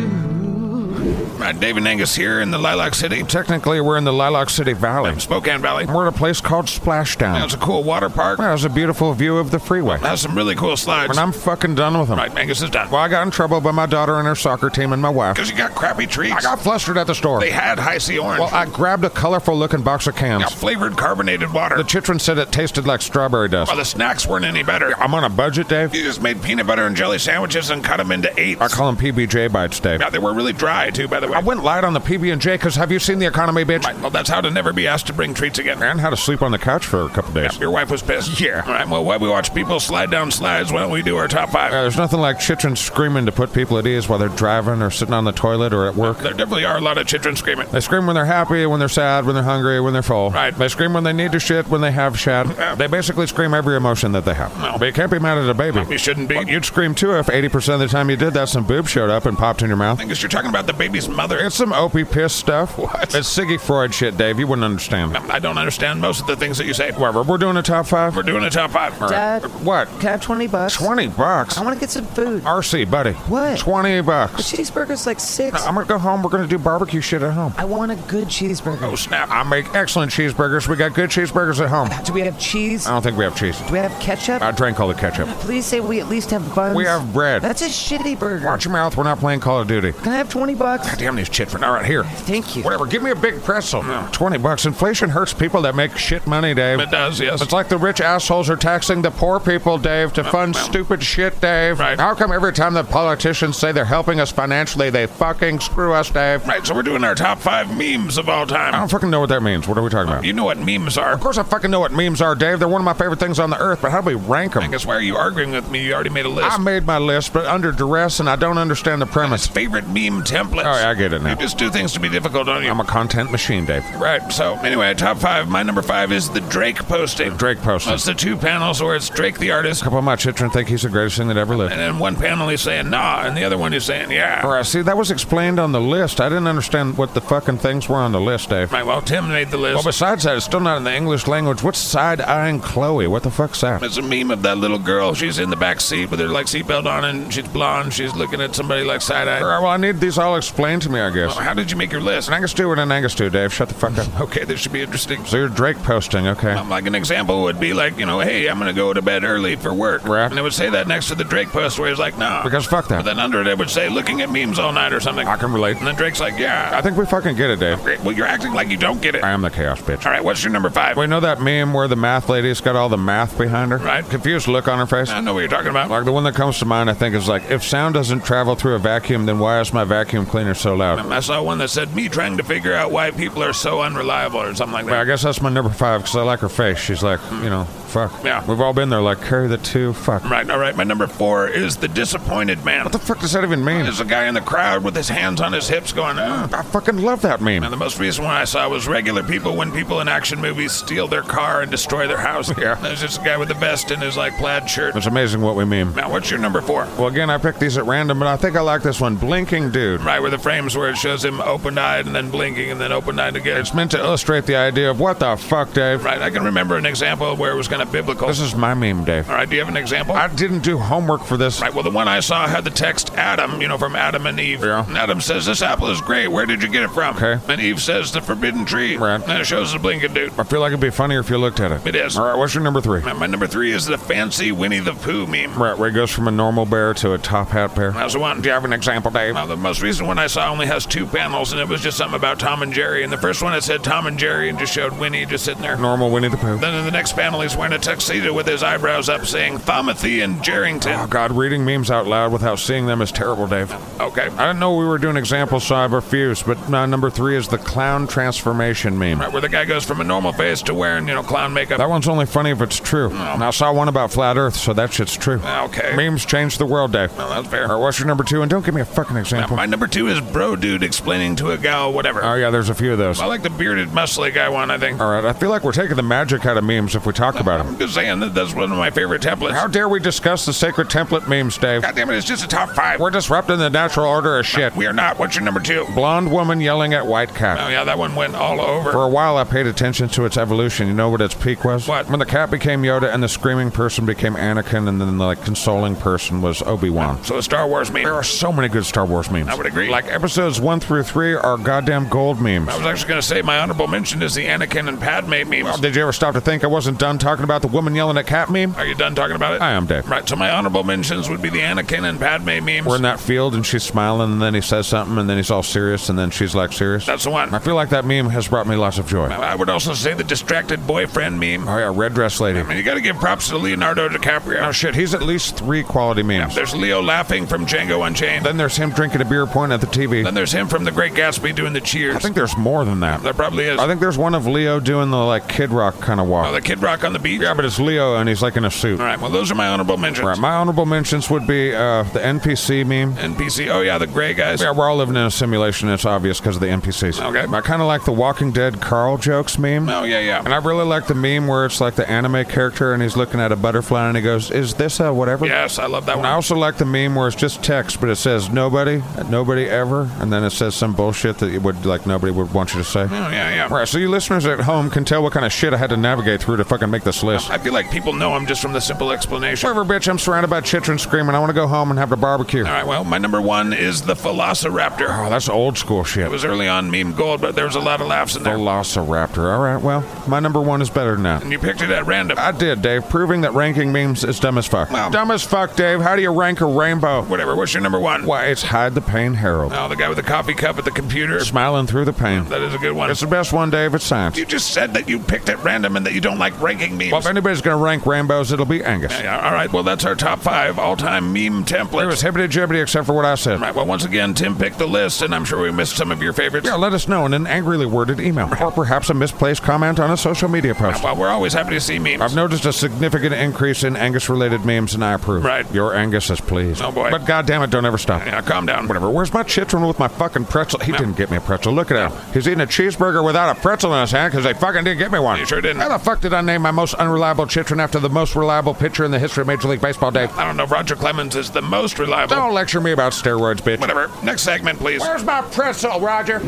[SPEAKER 2] Uh, David Angus here in the Lilac City,
[SPEAKER 1] Technically, we're in the Lilac City Valley.
[SPEAKER 2] Spokane Valley.
[SPEAKER 1] We're at a place called Splashdown.
[SPEAKER 2] That's a cool water park.
[SPEAKER 1] Well, There's a beautiful view of the freeway.
[SPEAKER 2] Has some really cool slides.
[SPEAKER 1] And I'm fucking done with them.
[SPEAKER 2] Right, Angus is done.
[SPEAKER 1] Well, I got in trouble by my daughter and her soccer team and my wife.
[SPEAKER 2] Because you got crappy treats.
[SPEAKER 1] I got flustered at the store.
[SPEAKER 2] They had high C orange.
[SPEAKER 1] Well, I grabbed a colorful looking box of
[SPEAKER 2] got
[SPEAKER 1] cans.
[SPEAKER 2] flavored carbonated water.
[SPEAKER 1] The chitrin said it tasted like strawberry dust.
[SPEAKER 2] well, the snacks weren't any better.
[SPEAKER 1] I'm on a budget, Dave.
[SPEAKER 2] You just made peanut butter and jelly sandwiches and cut them into eight.
[SPEAKER 1] I call them PBJ bites, Dave.
[SPEAKER 2] Yeah, they were really dry too, by the way.
[SPEAKER 1] I went light on the PB&J because have you seen the economy, bitch?
[SPEAKER 2] Right, well, that's how to never be asked to bring treats again.
[SPEAKER 1] And how to sleep on the couch for a couple days.
[SPEAKER 2] Your wife was pissed. Yeah. All right. Well, while we watch people slide down slides, why don't we do our top five?
[SPEAKER 1] Uh, there's nothing like chitrin screaming to put people at ease while they're driving or sitting on the toilet or at work.
[SPEAKER 2] there definitely are a lot of children screaming.
[SPEAKER 1] They scream when they're happy, when they're sad, when they're hungry, when they're full.
[SPEAKER 2] Right.
[SPEAKER 1] They scream when they need to shit, when they have shit. They basically scream every emotion that they have.
[SPEAKER 2] No.
[SPEAKER 1] But you can't be mad at a baby.
[SPEAKER 2] You shouldn't be.
[SPEAKER 1] You'd scream too if 80% of the time you did that, some boob showed up and popped in your mouth.
[SPEAKER 2] Angus, you're talking about the baby's mother.
[SPEAKER 1] It's some opie piss stuff.
[SPEAKER 2] What?
[SPEAKER 1] It's Siggy Freud shit, Dave. You wouldn't understand.
[SPEAKER 2] I don't understand most of the things that you say.
[SPEAKER 1] Whatever. We're doing a top five.
[SPEAKER 2] We're doing a top five. All right.
[SPEAKER 4] Dad,
[SPEAKER 1] What?
[SPEAKER 4] can I have 20 bucks?
[SPEAKER 1] 20 bucks?
[SPEAKER 4] I want to get some food.
[SPEAKER 1] RC, buddy.
[SPEAKER 4] What?
[SPEAKER 1] 20
[SPEAKER 4] A
[SPEAKER 1] bucks.
[SPEAKER 4] cheeseburger's like six.
[SPEAKER 1] I'm going to go home. We're going to do barbecue shit at home.
[SPEAKER 4] I want a good cheeseburger.
[SPEAKER 2] Oh snap!
[SPEAKER 1] I make excellent cheeseburgers. We got good cheeseburgers at home.
[SPEAKER 4] Do we have cheese?
[SPEAKER 1] I don't think we have cheese.
[SPEAKER 4] Do we have ketchup?
[SPEAKER 1] I drank Oh. all the ketchup.
[SPEAKER 4] Please say we at least have buns.
[SPEAKER 1] We have bread.
[SPEAKER 4] That's a shitty burger.
[SPEAKER 1] Watch your mouth. We're not playing Call of Duty.
[SPEAKER 4] Can I have 20 bucks?
[SPEAKER 1] Damn these chitrin. All right, here.
[SPEAKER 4] Thank you.
[SPEAKER 1] Whatever. Give me a big pretzel. 20 bucks. Inflation hurts people that make shit money, Dave.
[SPEAKER 2] It does. Yes.
[SPEAKER 1] It's like the rich assholes are taxing the poor people, Dave, to fund
[SPEAKER 2] well.
[SPEAKER 1] stupid shit, Dave.
[SPEAKER 2] Right.
[SPEAKER 1] How come every time the politicians say they're helping us financially, they fucking screw us, Dave?
[SPEAKER 2] Right. So we're doing our top five memes of all
[SPEAKER 1] I
[SPEAKER 2] time.
[SPEAKER 1] don't fucking know what that means. What are we talking about?
[SPEAKER 2] You know what memes are.
[SPEAKER 1] Of course, I fucking know what memes are, Dave. They're one of my favorite things on the earth, but how do we rank them?
[SPEAKER 2] Angus, why are you arguing with me? You already made a list.
[SPEAKER 1] I made my list, but under duress, and I don't understand the premise.
[SPEAKER 2] favorite meme templates.
[SPEAKER 1] All right, I get it now.
[SPEAKER 2] You just do things to be difficult on you.
[SPEAKER 1] I'm a content machine, Dave.
[SPEAKER 2] right. So anyway, top five. My number five is the Drake posting.
[SPEAKER 1] Drake posted.
[SPEAKER 2] That's the two panels where it's Drake the artist,
[SPEAKER 1] A couple of my children think he's the greatest thing that ever lived.
[SPEAKER 2] and in one panel he's saying nah, and the other one he's saying yeah.
[SPEAKER 1] All right, see, that was explained on the list. I didn't understand what the fucking things were on the list, Dave.
[SPEAKER 2] Right. Well, Tim made the
[SPEAKER 1] Well,
[SPEAKER 2] list.
[SPEAKER 1] besides that, it's still not in the English language. What's side eyeing Chloe? What the fuck's that?
[SPEAKER 2] It's a meme of that little girl. She's in the back seat with her like seatbelt on, and she's blonde. She's looking at somebody like side
[SPEAKER 1] All
[SPEAKER 2] eye.
[SPEAKER 1] right, well, I need these all explained to me, I guess.
[SPEAKER 2] How did you make your list?
[SPEAKER 1] Angus Stewart and Angus Stewart, Dave. Shut the fuck up.
[SPEAKER 2] Okay, this should be interesting.
[SPEAKER 1] So you're Drake posting, okay?
[SPEAKER 2] Um, like an example would be like, you know, hey, I'm gonna go to bed early for work.
[SPEAKER 1] Right.
[SPEAKER 2] And it would say that next to the Drake post where he's like, nah.
[SPEAKER 1] Because fuck
[SPEAKER 2] But
[SPEAKER 1] that.
[SPEAKER 2] then under it, it would say, looking at memes all night or something.
[SPEAKER 1] I can relate.
[SPEAKER 2] And then Drake's like, yeah.
[SPEAKER 1] I think we fucking get it, Dave.
[SPEAKER 2] Great. Well, you're acting like you don't get it.
[SPEAKER 1] I am the chaos bitch.
[SPEAKER 2] All right, what's your number five?
[SPEAKER 1] We know that meme where the math lady's got all the math behind her?
[SPEAKER 2] Right.
[SPEAKER 1] Confused look on her face?
[SPEAKER 2] I know what you're talking about.
[SPEAKER 1] Like the one that comes to mind, I think, is like, if sound doesn't travel through a vacuum, then why is my vacuum cleaner so loud?
[SPEAKER 2] I saw one that said, me trying to figure out why people are so unreliable or something like
[SPEAKER 1] Well, I
[SPEAKER 2] that.
[SPEAKER 1] guess that's my number five because I like her face. She's like, you know, fuck.
[SPEAKER 2] Yeah.
[SPEAKER 1] We've all been there, like, carry the two, fuck. What
[SPEAKER 2] Right, all right. My number four is the disappointed man.
[SPEAKER 1] the fuck does that even mean?
[SPEAKER 2] There's a guy in the crowd with his hands on his hips going, "Ah."
[SPEAKER 1] I fucking love that meme.
[SPEAKER 2] And the most recent one I saw was regular people when people in action movies steal their car and destroy their house.
[SPEAKER 1] Yeah.
[SPEAKER 2] There's this guy with the vest and his like plaid shirt.
[SPEAKER 1] It's amazing what we meme.
[SPEAKER 2] Now, what's your number four?
[SPEAKER 1] Well, again, I picked these at random, but I think I like this one. Blinking dude.
[SPEAKER 2] Right where the frames where it shows him open eyed and then blinking and then open eyed again.
[SPEAKER 1] It's meant to illustrate the idea of what the fuck, Dave.
[SPEAKER 2] Right, I can remember an example where it was kind of biblical.
[SPEAKER 1] This is my meme, Dave.
[SPEAKER 2] All right, do you have an example?
[SPEAKER 1] I didn't do homework for this.
[SPEAKER 2] Right, well, the one I saw had the text Adam, you know, from Adam and Eve.
[SPEAKER 1] Yeah.
[SPEAKER 2] And Adam says, This apple is great. Where did you get it from?
[SPEAKER 1] Okay.
[SPEAKER 2] And Eve says, The forbidden tree.
[SPEAKER 1] Right.
[SPEAKER 2] And it shows the blinking dude.
[SPEAKER 1] I feel like it'd be funnier if you looked at it.
[SPEAKER 2] It is.
[SPEAKER 1] All right, what's your number three?
[SPEAKER 2] My- My number three is the fancy Winnie the Pooh meme.
[SPEAKER 1] Right, where it goes from a normal bear to a top hat bear.
[SPEAKER 2] That's the one.
[SPEAKER 1] Do you have an example, Dave?
[SPEAKER 2] Now, the most recent one I saw only has two panels, and it was just something about Tom and Jerry. And the first one, it said Tom and Jerry and just showed Winnie just sitting there.
[SPEAKER 1] Normal Winnie the Pooh.
[SPEAKER 2] Then in the next panel, he's wearing a tuxedo with his eyebrows up, saying Thomothy and
[SPEAKER 1] Oh,
[SPEAKER 2] Jerrington.
[SPEAKER 1] God, reading memes out loud without seeing them is terrible, Dave.
[SPEAKER 2] Okay.
[SPEAKER 1] I didn't know we were doing examples, so I refused, but uh, number three is the clown transformation meme.
[SPEAKER 2] Right, where the guy goes from a normal face to wearing, you know, clown makeup.
[SPEAKER 1] That one's only funny if it's true. And I saw one about flat Earth, so that shit's true.
[SPEAKER 2] Okay.
[SPEAKER 1] Memes change the world, Dave.
[SPEAKER 2] Well,
[SPEAKER 1] All
[SPEAKER 2] that's fair.
[SPEAKER 1] right, what's your number two? And don't give me a fucking example.
[SPEAKER 2] My number two is bro dude explaining to a gal whatever.
[SPEAKER 1] Oh, yeah, there's a few of those.
[SPEAKER 2] I like the bearded, muscly guy one. I think.
[SPEAKER 1] All right, I feel like we're taking the magic out of memes if we talk about them.
[SPEAKER 2] I'm just saying that that's one of my favorite templates.
[SPEAKER 1] How
[SPEAKER 2] How
[SPEAKER 1] dare we discuss the sacred template memes, Dave?
[SPEAKER 2] God damn it! It's just a top five.
[SPEAKER 1] We're disrupting the natural order of shit.
[SPEAKER 2] We are not. What's your number two?
[SPEAKER 1] Blonde woman yelling at white
[SPEAKER 2] Oh
[SPEAKER 1] cat.
[SPEAKER 2] yeah, that one went all over.
[SPEAKER 1] For a while, I paid attention to its evolution. You know what its peak was?
[SPEAKER 2] What?
[SPEAKER 1] When the cat became Yoda and the screaming person became Anakin, and then the like consoling person was Obi Wan.
[SPEAKER 2] so a Star Wars meme.
[SPEAKER 1] There are so many good Star Wars memes.
[SPEAKER 2] I would agree.
[SPEAKER 1] Like episodes one through three are goddamn gold memes.
[SPEAKER 2] I was actually going to say my honorable mention is the Anakin and Padme meme.
[SPEAKER 1] Did you ever stop to think I wasn't done talking about the woman yelling at cat meme?
[SPEAKER 2] are you done talking about it?
[SPEAKER 1] I am, Dave.
[SPEAKER 2] Right. So my honorable mentions would be the Anakin and Padme memes.
[SPEAKER 1] We're in that field, and she's smiling, and then he says something, and then he's all serious, and then she's like serious.
[SPEAKER 2] That's the one.
[SPEAKER 1] I feel like that meme has brought me lots of joy.
[SPEAKER 2] I would also say the distracted boyfriend meme.
[SPEAKER 1] Oh yeah, red dress lady.
[SPEAKER 2] I mean, you got to give props to Leonardo DiCaprio.
[SPEAKER 1] Oh shit, he's at least three quality memes.
[SPEAKER 2] There's Leo laughing from Django Unchained.
[SPEAKER 1] Then there's him drinking a beer, pointing at the TV.
[SPEAKER 2] Then there's him from The Great Gatsby doing the cheers.
[SPEAKER 1] I think there's more than that.
[SPEAKER 2] there probably is.
[SPEAKER 1] I think there's one of Leo doing the like Kid Rock kind of
[SPEAKER 2] Oh,
[SPEAKER 1] walk.
[SPEAKER 2] the Kid Rock on the beach.
[SPEAKER 1] Yeah, but it's Leo and he's like in a suit.
[SPEAKER 2] All right. Well, those are my honorable mentions.
[SPEAKER 1] Right. My honorable mentions would be uh, the NPC meme.
[SPEAKER 2] NPC. Oh yeah, the gray guys.
[SPEAKER 1] Yeah, we're all living in a simulation. It's obvious because of the NPCs.
[SPEAKER 2] Okay.
[SPEAKER 1] I kind of like the Walking Dead Carl jokes meme.
[SPEAKER 2] Oh yeah, yeah.
[SPEAKER 1] And I really like the meme where it's like the anime character and he's looking at a butterfly and he goes, "Is this a whatever?"
[SPEAKER 2] Yes, I love that
[SPEAKER 1] I
[SPEAKER 2] one.
[SPEAKER 1] also like the meme where it's just text, but it says nobody, nobody ever, and then it says some bullshit that you would like nobody would want you to say.
[SPEAKER 2] Oh yeah, yeah.
[SPEAKER 1] Right, so you listeners at home can tell what kind of shit I had to navigate through to fucking make this list.
[SPEAKER 2] I feel like people know I'm just from the simple explanation.
[SPEAKER 1] Whatever, bitch, I'm surrounded by chitrin screaming. I want to go home and have a barbecue.
[SPEAKER 2] All right, well, my number one is the
[SPEAKER 1] Oh,
[SPEAKER 2] Velociraptor.
[SPEAKER 1] that's old school
[SPEAKER 2] It
[SPEAKER 1] shit.
[SPEAKER 2] was early on meme gold, but there was a lot of laughs in there.
[SPEAKER 1] Velociraptor. All right, well, my number one is better than that.
[SPEAKER 2] And you picked it at random.
[SPEAKER 1] I did, Dave, proving that ranking memes is dumb as fuck.
[SPEAKER 2] Well-
[SPEAKER 1] dumb as fuck, Dave. How do you rank a rainbow?
[SPEAKER 2] Whatever, what's your number one?
[SPEAKER 1] Why, it's Hide the Pain Herald.
[SPEAKER 2] Oh, the guy with the coffee cup at the computer.
[SPEAKER 1] Smiling through the pain.
[SPEAKER 2] That is a good one.
[SPEAKER 1] It's the best one, Dave. It's science.
[SPEAKER 2] You just said that you picked at random and that you don't like ranking memes.
[SPEAKER 1] Well, if anybody's going to rank Rambos, it'll be Angus.
[SPEAKER 2] Yeah, yeah, all right, well, that's our top five all-time meme
[SPEAKER 1] It was
[SPEAKER 2] templates.
[SPEAKER 1] hibbity jibbity except for what I said.
[SPEAKER 2] All right, well, once again, Tim picked the list, and I'm sure we missed some of your favorites.
[SPEAKER 1] Yeah, let us know in an angrily worded email, or perhaps a misplaced comment on a social media post.
[SPEAKER 2] Well, we're always happy to see memes.
[SPEAKER 1] I've noticed a significant increase in Angus-related memes, and I approve.
[SPEAKER 2] Right.
[SPEAKER 1] Your Angus is pleased.
[SPEAKER 2] Oh, boy.
[SPEAKER 1] But goddamn it, don't ever stop.
[SPEAKER 2] Yeah, calm down.
[SPEAKER 1] Whatever. Where's my chitron with my fucking pretzel? He didn't get me a pretzel. Look at him. He's eating a cheeseburger without a pretzel in his hand because they fucking didn't get me one.
[SPEAKER 2] You sure didn't.
[SPEAKER 1] How the fuck did I name my most unreliable chitron after the most reliable pitcher in the history of Major League Baseball, Dave?
[SPEAKER 2] I don't know if Roger Clemens is the most reliable.
[SPEAKER 1] Don't lecture me about steroids, bitch.
[SPEAKER 2] Whatever. Next segment, please.
[SPEAKER 1] Where's my pretzel, Roger?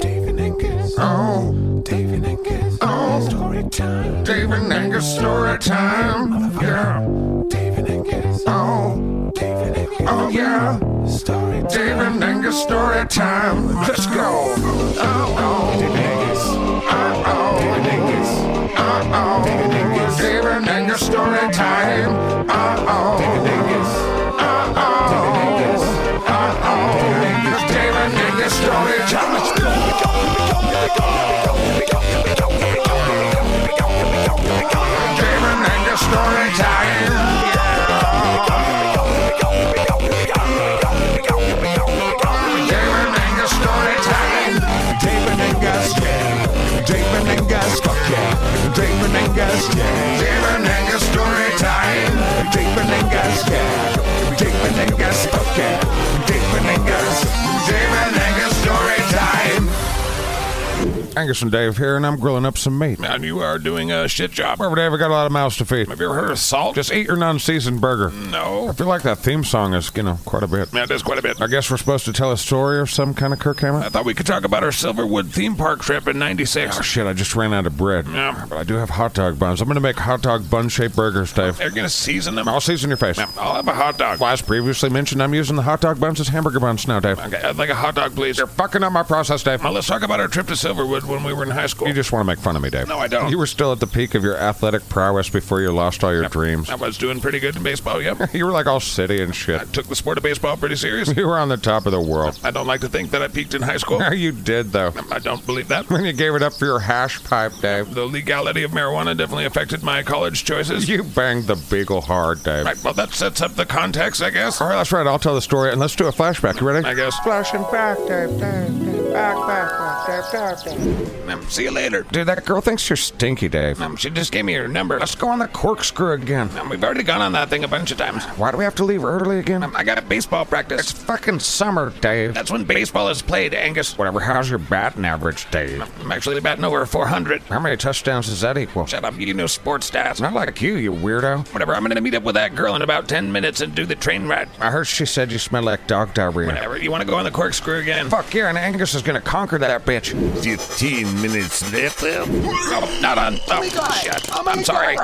[SPEAKER 5] David Angus. Oh. David Angus. Oh. Story time.
[SPEAKER 1] David Angus story time. Yeah.
[SPEAKER 5] David Angus. Oh. David Angus. Oh,
[SPEAKER 1] yeah.
[SPEAKER 5] Story time.
[SPEAKER 1] David Angus story time. Let's go.
[SPEAKER 5] David Angus. David Angus. David Angus.
[SPEAKER 1] David Angus story time.
[SPEAKER 5] David Angus. David Angus. David Angus.
[SPEAKER 1] David Angus story time. Let's go. David Angus story time. David Angus story time.
[SPEAKER 5] David Angus, yeah. David Angus, fuck yeah. David Angus, yeah.
[SPEAKER 1] David Angus and Dave here, and I'm grilling up some meat.
[SPEAKER 2] Man, you are doing a shit job.
[SPEAKER 1] Remember, Dave, I got a lot of mouths to feed.
[SPEAKER 2] Have you ever heard of salt?
[SPEAKER 1] Just eat your non-seasoned burger.
[SPEAKER 2] no.
[SPEAKER 1] I feel like that theme song is, you know, quite a bit.
[SPEAKER 2] Man, that's quite a bit.
[SPEAKER 1] I guess we're supposed to tell a story or some kind of Kirk
[SPEAKER 2] I
[SPEAKER 1] Hammett.
[SPEAKER 2] thought we could talk about our Silverwood theme park trip in '96.
[SPEAKER 1] Oh, shit, I just ran out of bread.
[SPEAKER 2] Yeah.
[SPEAKER 1] But I do have hot dog buns. I'm gonna make hot dog bun-shaped burgers, Dave.
[SPEAKER 2] They're gonna season them.
[SPEAKER 1] I'll season your face.
[SPEAKER 2] Yeah, I'll have a hot dog.
[SPEAKER 1] Well, as previously mentioned, I'm using the hot dog buns as hamburger buns now, Dave.
[SPEAKER 2] Okay, I'd like a hot dog, please.
[SPEAKER 1] You're fucking up my process, Dave.
[SPEAKER 2] Now let's talk about our trip to Silverwood when we were in high school.
[SPEAKER 1] You just want to make fun of me, Dave.
[SPEAKER 2] No, I don't.
[SPEAKER 1] You were still at the peak of your athletic prowess before you lost all your dreams.
[SPEAKER 2] I was doing pretty good in baseball, yep.
[SPEAKER 1] You were like all city and shit.
[SPEAKER 2] I took the sport of baseball pretty serious.
[SPEAKER 1] You were on the top of the world.
[SPEAKER 2] I don't like to think that I peaked in high school.
[SPEAKER 1] you did, though.
[SPEAKER 2] I don't believe that.
[SPEAKER 1] When you gave it up for your hash pipe, Dave.
[SPEAKER 2] The legality of marijuana definitely affected my college choices.
[SPEAKER 1] You banged the beagle hard, Dave.
[SPEAKER 2] Right, well, that sets up the context, I guess.
[SPEAKER 1] All right, that's right. I'll tell the story and let's do a flashback. You ready?
[SPEAKER 2] I guess.
[SPEAKER 1] Flashing back, Dave, Dave, Dave. Back, back, back, Dave, Dave, Dave.
[SPEAKER 2] Um, see you later.
[SPEAKER 1] Dude, that girl thinks you're stinky, Dave.
[SPEAKER 2] Um, she just gave me her number.
[SPEAKER 1] Let's go on the corkscrew again.
[SPEAKER 2] Um, we've already gone on that thing a bunch of times.
[SPEAKER 1] Why do we have to leave early again?
[SPEAKER 2] Um, I got a baseball practice.
[SPEAKER 1] It's fucking summer, Dave.
[SPEAKER 2] That's when baseball is played, Angus.
[SPEAKER 1] Whatever, how's your batting average, Dave?
[SPEAKER 2] I'm actually batting over 400.
[SPEAKER 1] How many touchdowns does that equal?
[SPEAKER 2] Shut up, you know sports stats.
[SPEAKER 1] Not like you, you weirdo.
[SPEAKER 2] Whatever, I'm gonna meet up with that girl in about 10 minutes and do the train ride.
[SPEAKER 1] I heard she said you smell like dog diarrhea.
[SPEAKER 2] Whatever, you wanna go on the corkscrew again?
[SPEAKER 1] Fuck yeah, and Angus is gonna conquer that bitch.
[SPEAKER 3] 15 minutes later.
[SPEAKER 2] Oh, not on. Oh, shit. I'm sorry.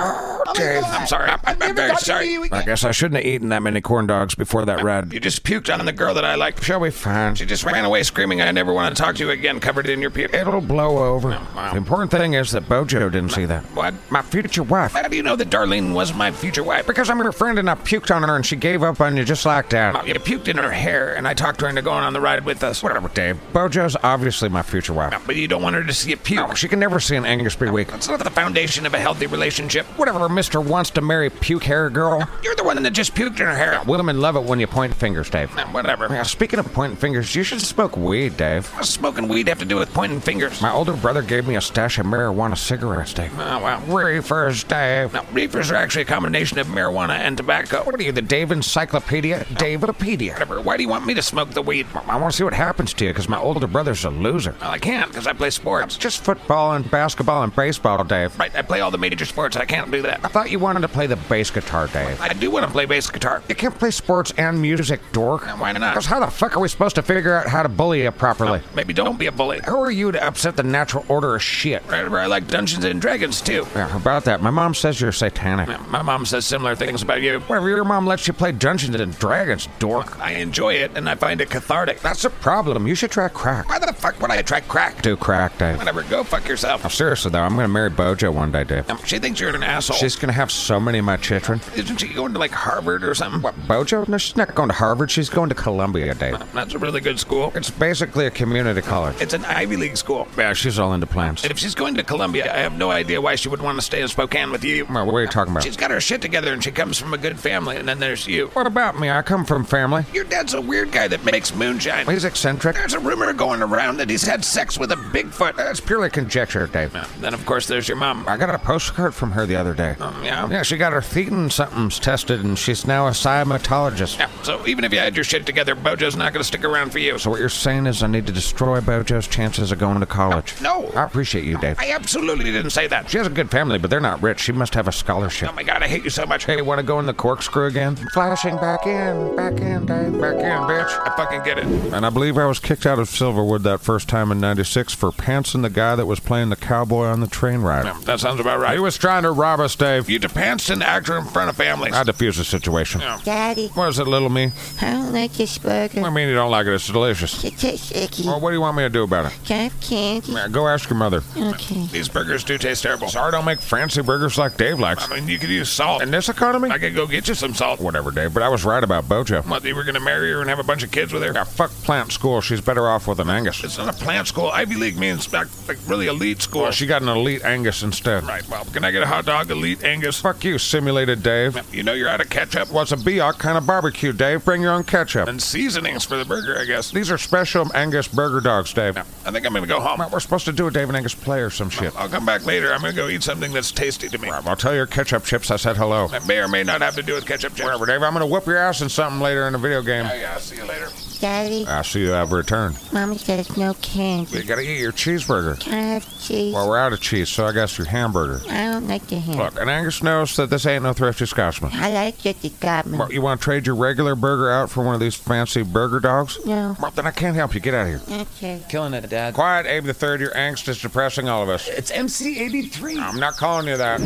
[SPEAKER 1] Dave,
[SPEAKER 2] I'm sorry. I'm, I'm very sorry.
[SPEAKER 1] I guess I shouldn't have eaten that many corn dogs before that ride.
[SPEAKER 2] You just puked on the girl that I liked.
[SPEAKER 1] Shall we find?
[SPEAKER 2] She just ran away screaming, I never want to talk to you again, covered in your puke.
[SPEAKER 1] It'll blow over. The important thing is that Bojo didn't see that.
[SPEAKER 2] What?
[SPEAKER 1] My future wife.
[SPEAKER 2] How do you know that Darlene was my future wife?
[SPEAKER 1] Because I'm her friend and I puked on her and she gave up on you just like that.
[SPEAKER 2] Oh, You puked in her hair, and I talked her into going on the ride with us. Whatever, Dave.
[SPEAKER 1] Bojo's obviously my future wife.
[SPEAKER 2] But you don't want her to see a puke.
[SPEAKER 1] She can never see an Angus be weak.
[SPEAKER 2] That's not the foundation of a healthy relationship.
[SPEAKER 1] Whatever, mister wants to marry puke hair girl.
[SPEAKER 2] You're the one that just puked in her hair.
[SPEAKER 1] Women love it when you point fingers, Dave.
[SPEAKER 2] Whatever.
[SPEAKER 1] Now, speaking of pointing fingers, you should smoke weed, Dave.
[SPEAKER 2] What's smoking weed have to do with pointing fingers?
[SPEAKER 1] My older brother gave me a stash of marijuana cigarettes, Dave.
[SPEAKER 2] Oh, wow.
[SPEAKER 1] Reefers, Dave.
[SPEAKER 2] Now, reefers are actually a combination of marijuana and tobacco.
[SPEAKER 1] What are you, the Dave Encyclopedia? Davidopedia.
[SPEAKER 2] Whatever. Why do you want me to smoke the weed?
[SPEAKER 1] I want to see what happens to you because my older brother's a loser.
[SPEAKER 2] Well, I can't because I play sports.
[SPEAKER 1] Just football and basketball and baseball, Dave.
[SPEAKER 2] Right, I play all the major sports. I can't do
[SPEAKER 1] I
[SPEAKER 2] that.
[SPEAKER 1] thought you wanted to play the bass guitar, Dave.
[SPEAKER 2] I do want to play bass guitar.
[SPEAKER 1] You can't play sports and music, dork.
[SPEAKER 2] Now, Why
[SPEAKER 1] Because
[SPEAKER 2] not?
[SPEAKER 1] how the fuck are we supposed to figure out how to bully you properly?
[SPEAKER 2] Maybe don't be a bully.
[SPEAKER 1] Who are you to upset the natural order of shit?
[SPEAKER 2] Whatever. I like Dungeons and Dragons too.
[SPEAKER 1] Yeah, about that, my mom says you're satanic.
[SPEAKER 2] My mom says similar things about you.
[SPEAKER 1] Whatever, your mom lets you play Dungeons and Dragons, dork.
[SPEAKER 2] I enjoy it and I find it cathartic.
[SPEAKER 1] That's a problem. You should try crack.
[SPEAKER 2] Why the fuck would I attract crack?
[SPEAKER 1] Do crack, Dave.
[SPEAKER 2] Whatever, go fuck yourself.
[SPEAKER 1] Now, seriously, though, I'm going to marry Bojo one day, Dave.
[SPEAKER 2] Um, She thinks you're an asshole.
[SPEAKER 1] She's going to have so many of my children.
[SPEAKER 2] Isn't she going to like Harvard or something? What?
[SPEAKER 1] Bojo? No, she's not going to Harvard. She's going to Columbia, Dave.
[SPEAKER 2] That's a really good school.
[SPEAKER 1] It's basically a community college.
[SPEAKER 2] It's an Ivy League school.
[SPEAKER 1] Yeah, she's all into plants.
[SPEAKER 2] And if she's going to Columbia, I have no idea why she would want to stay in Spokane with you.
[SPEAKER 1] Well, What are you talking about?
[SPEAKER 2] She's got her shit together and she comes from a good family, and then there's you.
[SPEAKER 1] What about me? I come from family.
[SPEAKER 2] Your dad's a weird guy that makes moonshine.
[SPEAKER 1] He's eccentric.
[SPEAKER 2] There's a rumor going around that he's had sex with a Bigfoot.
[SPEAKER 1] That's purely conjecture, Dave.
[SPEAKER 2] Uh, Then, of course, there's your mom.
[SPEAKER 1] I got a postcard from her the other day.
[SPEAKER 2] Um, yeah.
[SPEAKER 1] Yeah, she got her thetan somethings tested, and she's now a cymatologist.
[SPEAKER 2] Yeah, so even if you had your shit together, Bojo's not gonna stick around for you.
[SPEAKER 1] So what you're saying is I need to destroy Bojo's chances of going to college.
[SPEAKER 2] No.
[SPEAKER 1] I appreciate you, Dave.
[SPEAKER 2] I absolutely didn't say that.
[SPEAKER 1] She has a good family, but they're not rich. She must have a scholarship.
[SPEAKER 2] Oh my god, I hate you so much.
[SPEAKER 1] Hey, want to go in the corkscrew again? Flashing back in, back in, Dave, back in, bitch.
[SPEAKER 2] I fucking get it.
[SPEAKER 1] And I believe I was kicked out of Silverwood that first time in '96 for pantsing the guy that was playing the cowboy on the train ride.
[SPEAKER 2] Um, That sounds about
[SPEAKER 1] He
[SPEAKER 2] right.
[SPEAKER 1] was trying to rob us, Dave.
[SPEAKER 2] You depanced an actor in front of families.
[SPEAKER 1] I defuse the situation.
[SPEAKER 6] Daddy,
[SPEAKER 1] What is it, little me?
[SPEAKER 6] I don't like this
[SPEAKER 1] What do
[SPEAKER 6] burger.
[SPEAKER 1] you mean you don't like it? It's delicious.
[SPEAKER 6] It tastes icky.
[SPEAKER 1] Well, what do you want me to do about it?
[SPEAKER 6] Can I have candy?
[SPEAKER 1] Yeah, Go ask your mother.
[SPEAKER 6] Okay.
[SPEAKER 2] These burgers do taste terrible.
[SPEAKER 1] Sorry, don't make fancy burgers like Dave likes.
[SPEAKER 2] I mean, you could use salt.
[SPEAKER 1] In
[SPEAKER 2] And
[SPEAKER 1] this economy?
[SPEAKER 2] I could go get you some salt.
[SPEAKER 1] Whatever, Dave, but I was right about Bojo.
[SPEAKER 2] What, you were gonna marry her and have a bunch of kids with her?
[SPEAKER 1] Yeah, fuck plant school. She's better off with an Angus.
[SPEAKER 2] It's not a plant school. Ivy League means like, like really elite school.
[SPEAKER 1] Well, she got an elite Angus instead.
[SPEAKER 2] Right, well, can I get a hot dog, elite Angus?
[SPEAKER 1] Fuck you, simulated Dave.
[SPEAKER 2] You know you're out of ketchup
[SPEAKER 1] What's a Bioc kind of barbecue, Dave? Bring your own ketchup.
[SPEAKER 2] and seasonings for the burger, I guess.
[SPEAKER 1] These are special Angus burger dogs, Dave.
[SPEAKER 2] I think I'm gonna go home.
[SPEAKER 1] Well, we're supposed to do a David Angus play or some shit.
[SPEAKER 2] I'll come back later. I'm gonna go eat something that's tasty to me.
[SPEAKER 1] I'll tell your ketchup chips I said hello.
[SPEAKER 2] That may or may not have to do with ketchup chips.
[SPEAKER 1] Whatever, Dave. I'm gonna whoop your ass in something later in the video game.
[SPEAKER 2] Oh, yeah, I'll see you later.
[SPEAKER 6] Daddy,
[SPEAKER 1] I see you have returned.
[SPEAKER 6] Mommy says no candy.
[SPEAKER 1] You gotta eat your cheeseburger.
[SPEAKER 6] Can I have cheese?
[SPEAKER 1] Well, we're out of cheese, so I guess your hamburger.
[SPEAKER 6] I don't like the ham.
[SPEAKER 1] Look, and Angus knows that this ain't no thrifty Scotsman.
[SPEAKER 6] I like just the goblin.
[SPEAKER 1] Well, you want to trade your regular burger out for one of these fancy burger dogs?
[SPEAKER 6] No.
[SPEAKER 1] Well, then I can't help you. Get out of here.
[SPEAKER 6] Okay.
[SPEAKER 7] Killing it, Dad.
[SPEAKER 1] Quiet, Abe the Third. Your angst is depressing all of us.
[SPEAKER 7] It's MC83.
[SPEAKER 1] I'm not calling you that.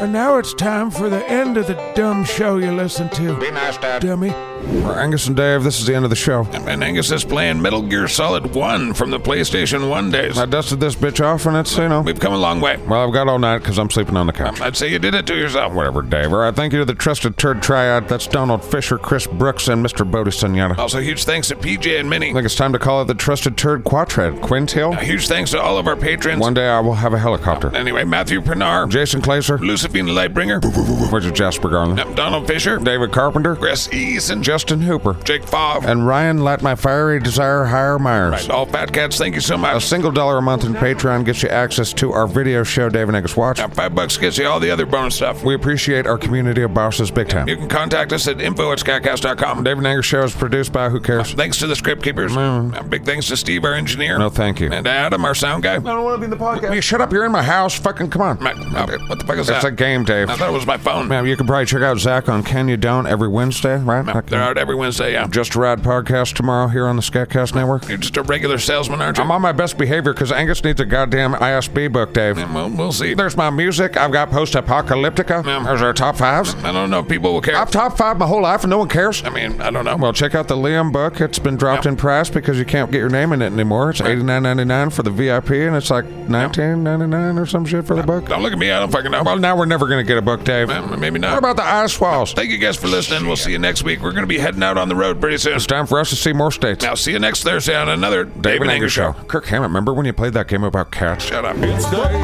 [SPEAKER 5] And now it's time for the end of the dumb show you listen to.
[SPEAKER 1] Be nice, Dad.
[SPEAKER 5] Dummy.
[SPEAKER 1] Well, Angus and Dave, this is the end of the show.
[SPEAKER 2] And Angus is playing Metal Gear Solid 1 from the PlayStation 1 days.
[SPEAKER 1] I dusted this bitch off, and it's, you know.
[SPEAKER 2] We've come a long way.
[SPEAKER 1] Well, I've got all night because I'm sleeping on the couch.
[SPEAKER 2] I'd say you did it to yourself.
[SPEAKER 1] Whatever, Dave. All right, thank you to the trusted turd triad. That's Donald Fisher, Chris Brooks, and Mr. Bodhi Sunyata.
[SPEAKER 2] Also, huge thanks to PJ and Minnie.
[SPEAKER 1] I think it's time to call it the trusted turd quadrad. Quintil?
[SPEAKER 2] A huge thanks to all of our patrons.
[SPEAKER 1] One day I will have a helicopter.
[SPEAKER 2] Anyway, Matthew Pernar,
[SPEAKER 1] Jason Glaser,
[SPEAKER 2] Lucifine Lightbringer,
[SPEAKER 1] Richard Jasper Garland,
[SPEAKER 2] um, Donald Fisher,
[SPEAKER 1] David Carpenter,
[SPEAKER 2] Chris Eason,
[SPEAKER 1] Justin Hooper,
[SPEAKER 2] Jake Favre,
[SPEAKER 1] and Ryan Let My Fiery Desire Hire Myers.
[SPEAKER 2] and all Fat Cats. Thank you so
[SPEAKER 1] A
[SPEAKER 2] much.
[SPEAKER 1] single dollar a month in Patreon gets you access to our video show, Dave and Angus Watch.
[SPEAKER 2] Now, five bucks gets you all the other bonus stuff.
[SPEAKER 1] We appreciate our community of bosses big time.
[SPEAKER 2] You can contact us at info at
[SPEAKER 1] Dave and Angus Show is produced by Who Cares?
[SPEAKER 2] Thanks to the script keepers. Uh, Big thanks to Steve, our engineer.
[SPEAKER 1] No, thank you.
[SPEAKER 2] And Adam, our sound guy.
[SPEAKER 1] don't want to be the podcast. You shut up. You're in my house. Fucking come on.
[SPEAKER 2] My- uh, what the fuck is
[SPEAKER 1] It's
[SPEAKER 2] that?
[SPEAKER 1] a game, Dave.
[SPEAKER 2] I thought it was my phone.
[SPEAKER 1] Now, you can probably check out Zach on Can You Don't every Wednesday, right? Like,
[SPEAKER 2] They're out every Wednesday. Yeah.
[SPEAKER 1] Just a Rad podcast tomorrow here on the Scatcast Network.
[SPEAKER 2] You're just a regular salesman, aren't you?
[SPEAKER 1] I'm on my best behavior because Angus needs a goddamn ISB book, Dave.
[SPEAKER 2] Yeah, well, we'll see.
[SPEAKER 1] There's my music. I've got Post Apocalyptica.
[SPEAKER 2] Yeah.
[SPEAKER 1] There's our top fives.
[SPEAKER 2] I don't know if people will care.
[SPEAKER 1] I've top five my whole life and no one cares.
[SPEAKER 2] I mean, I don't know.
[SPEAKER 1] Well, check out the Liam book. It's been dropped in price because you can't get your name in it anymore. It's eighty nine ninety nine for the VIP, and it's like nineteen ninety nine or some shit for the book.
[SPEAKER 2] Don't look at me. I don't fucking know.
[SPEAKER 1] Well, now we're never gonna get a book, Dave.
[SPEAKER 2] Well, maybe
[SPEAKER 1] What
[SPEAKER 2] not.
[SPEAKER 1] about the ice walls?
[SPEAKER 2] Thank you guys for listening. We'll see you next week. We're going to be heading out on the road pretty soon.
[SPEAKER 1] It's time for us to see more states.
[SPEAKER 2] Now, see you next Thursday on another Dave
[SPEAKER 1] David
[SPEAKER 2] and
[SPEAKER 1] Anger
[SPEAKER 2] Angus
[SPEAKER 1] Show.
[SPEAKER 2] show.
[SPEAKER 1] Kirk Hammett, remember when you played that game about cats?
[SPEAKER 2] Shut up.
[SPEAKER 3] It's Dave and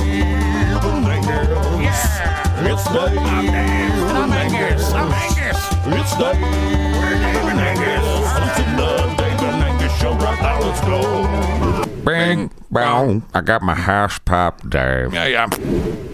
[SPEAKER 3] Angus. It's Dave and Angus. It's Dave and Angus. It's another Dave and Angus show right now. Let's go.
[SPEAKER 1] Bing, bong. I got my hash pipe, Dave.
[SPEAKER 2] Yeah, yeah.